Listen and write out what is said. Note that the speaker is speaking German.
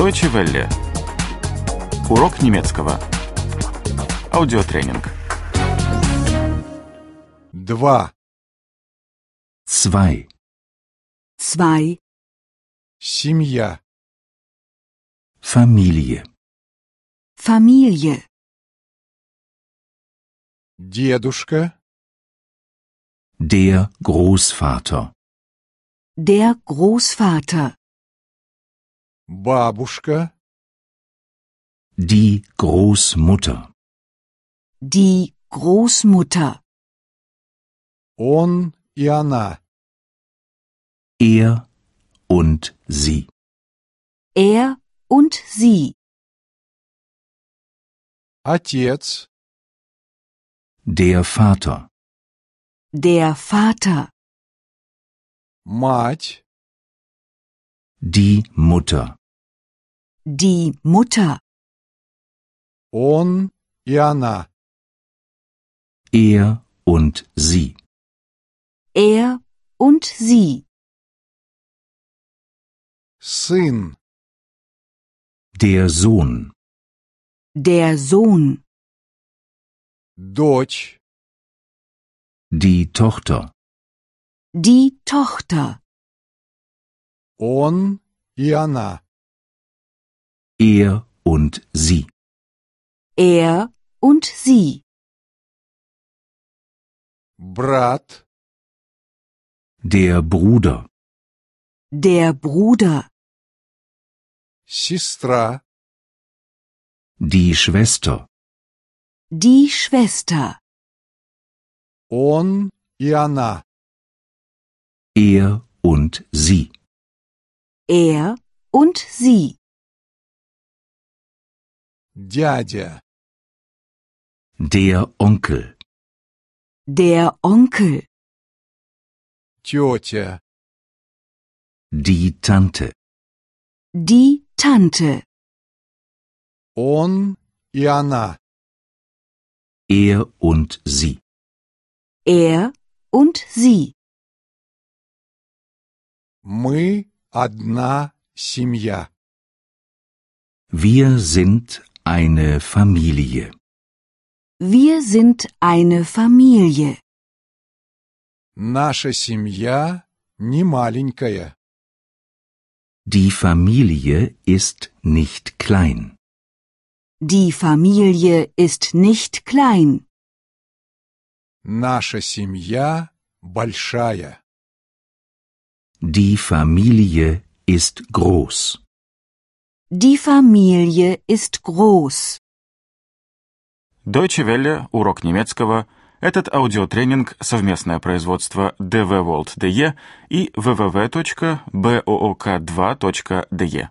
Deutsche Welle. Урок немецкого. Аудиотренинг. Два. Zwei. 2. Семья. Familie. Familie. Дедушка. Der Großvater. Der Großvater. Бабушка. Die Großmutter. Die Großmutter. Он и она. Er und sie. Er und sie. Отец. Der Vater. Der Vater. Мать. Die Mutter. Die Mutter. Он и она. Er und sie. Er und sie. Сын. Der Sohn. Der Sohn. Дочь. Die Tochter. Die Tochter. Он и она. Er und sie. Er und sie. Брат. Der Bruder. Der Bruder. Сестра. Die Schwester. Die Schwester. Он и она. Er und sie. Er und sie. Дядя. Der Onkel. Der Onkel. Тетя. Die Tante. Die Tante. Он и она. Er und sie. Er und sie. Мы одна семья. Wir sind eine Familie. Wir sind eine Familie. Наша семья не маленькая. Die Familie ist nicht klein. Die Familie ist nicht klein. Наша семья большая. Die Familie ist groß. Die Familie ist groß. Deutsche Welle. Урок немецкого. Этот аудиотренинг – совместное производство DW World DE и www.book2.de.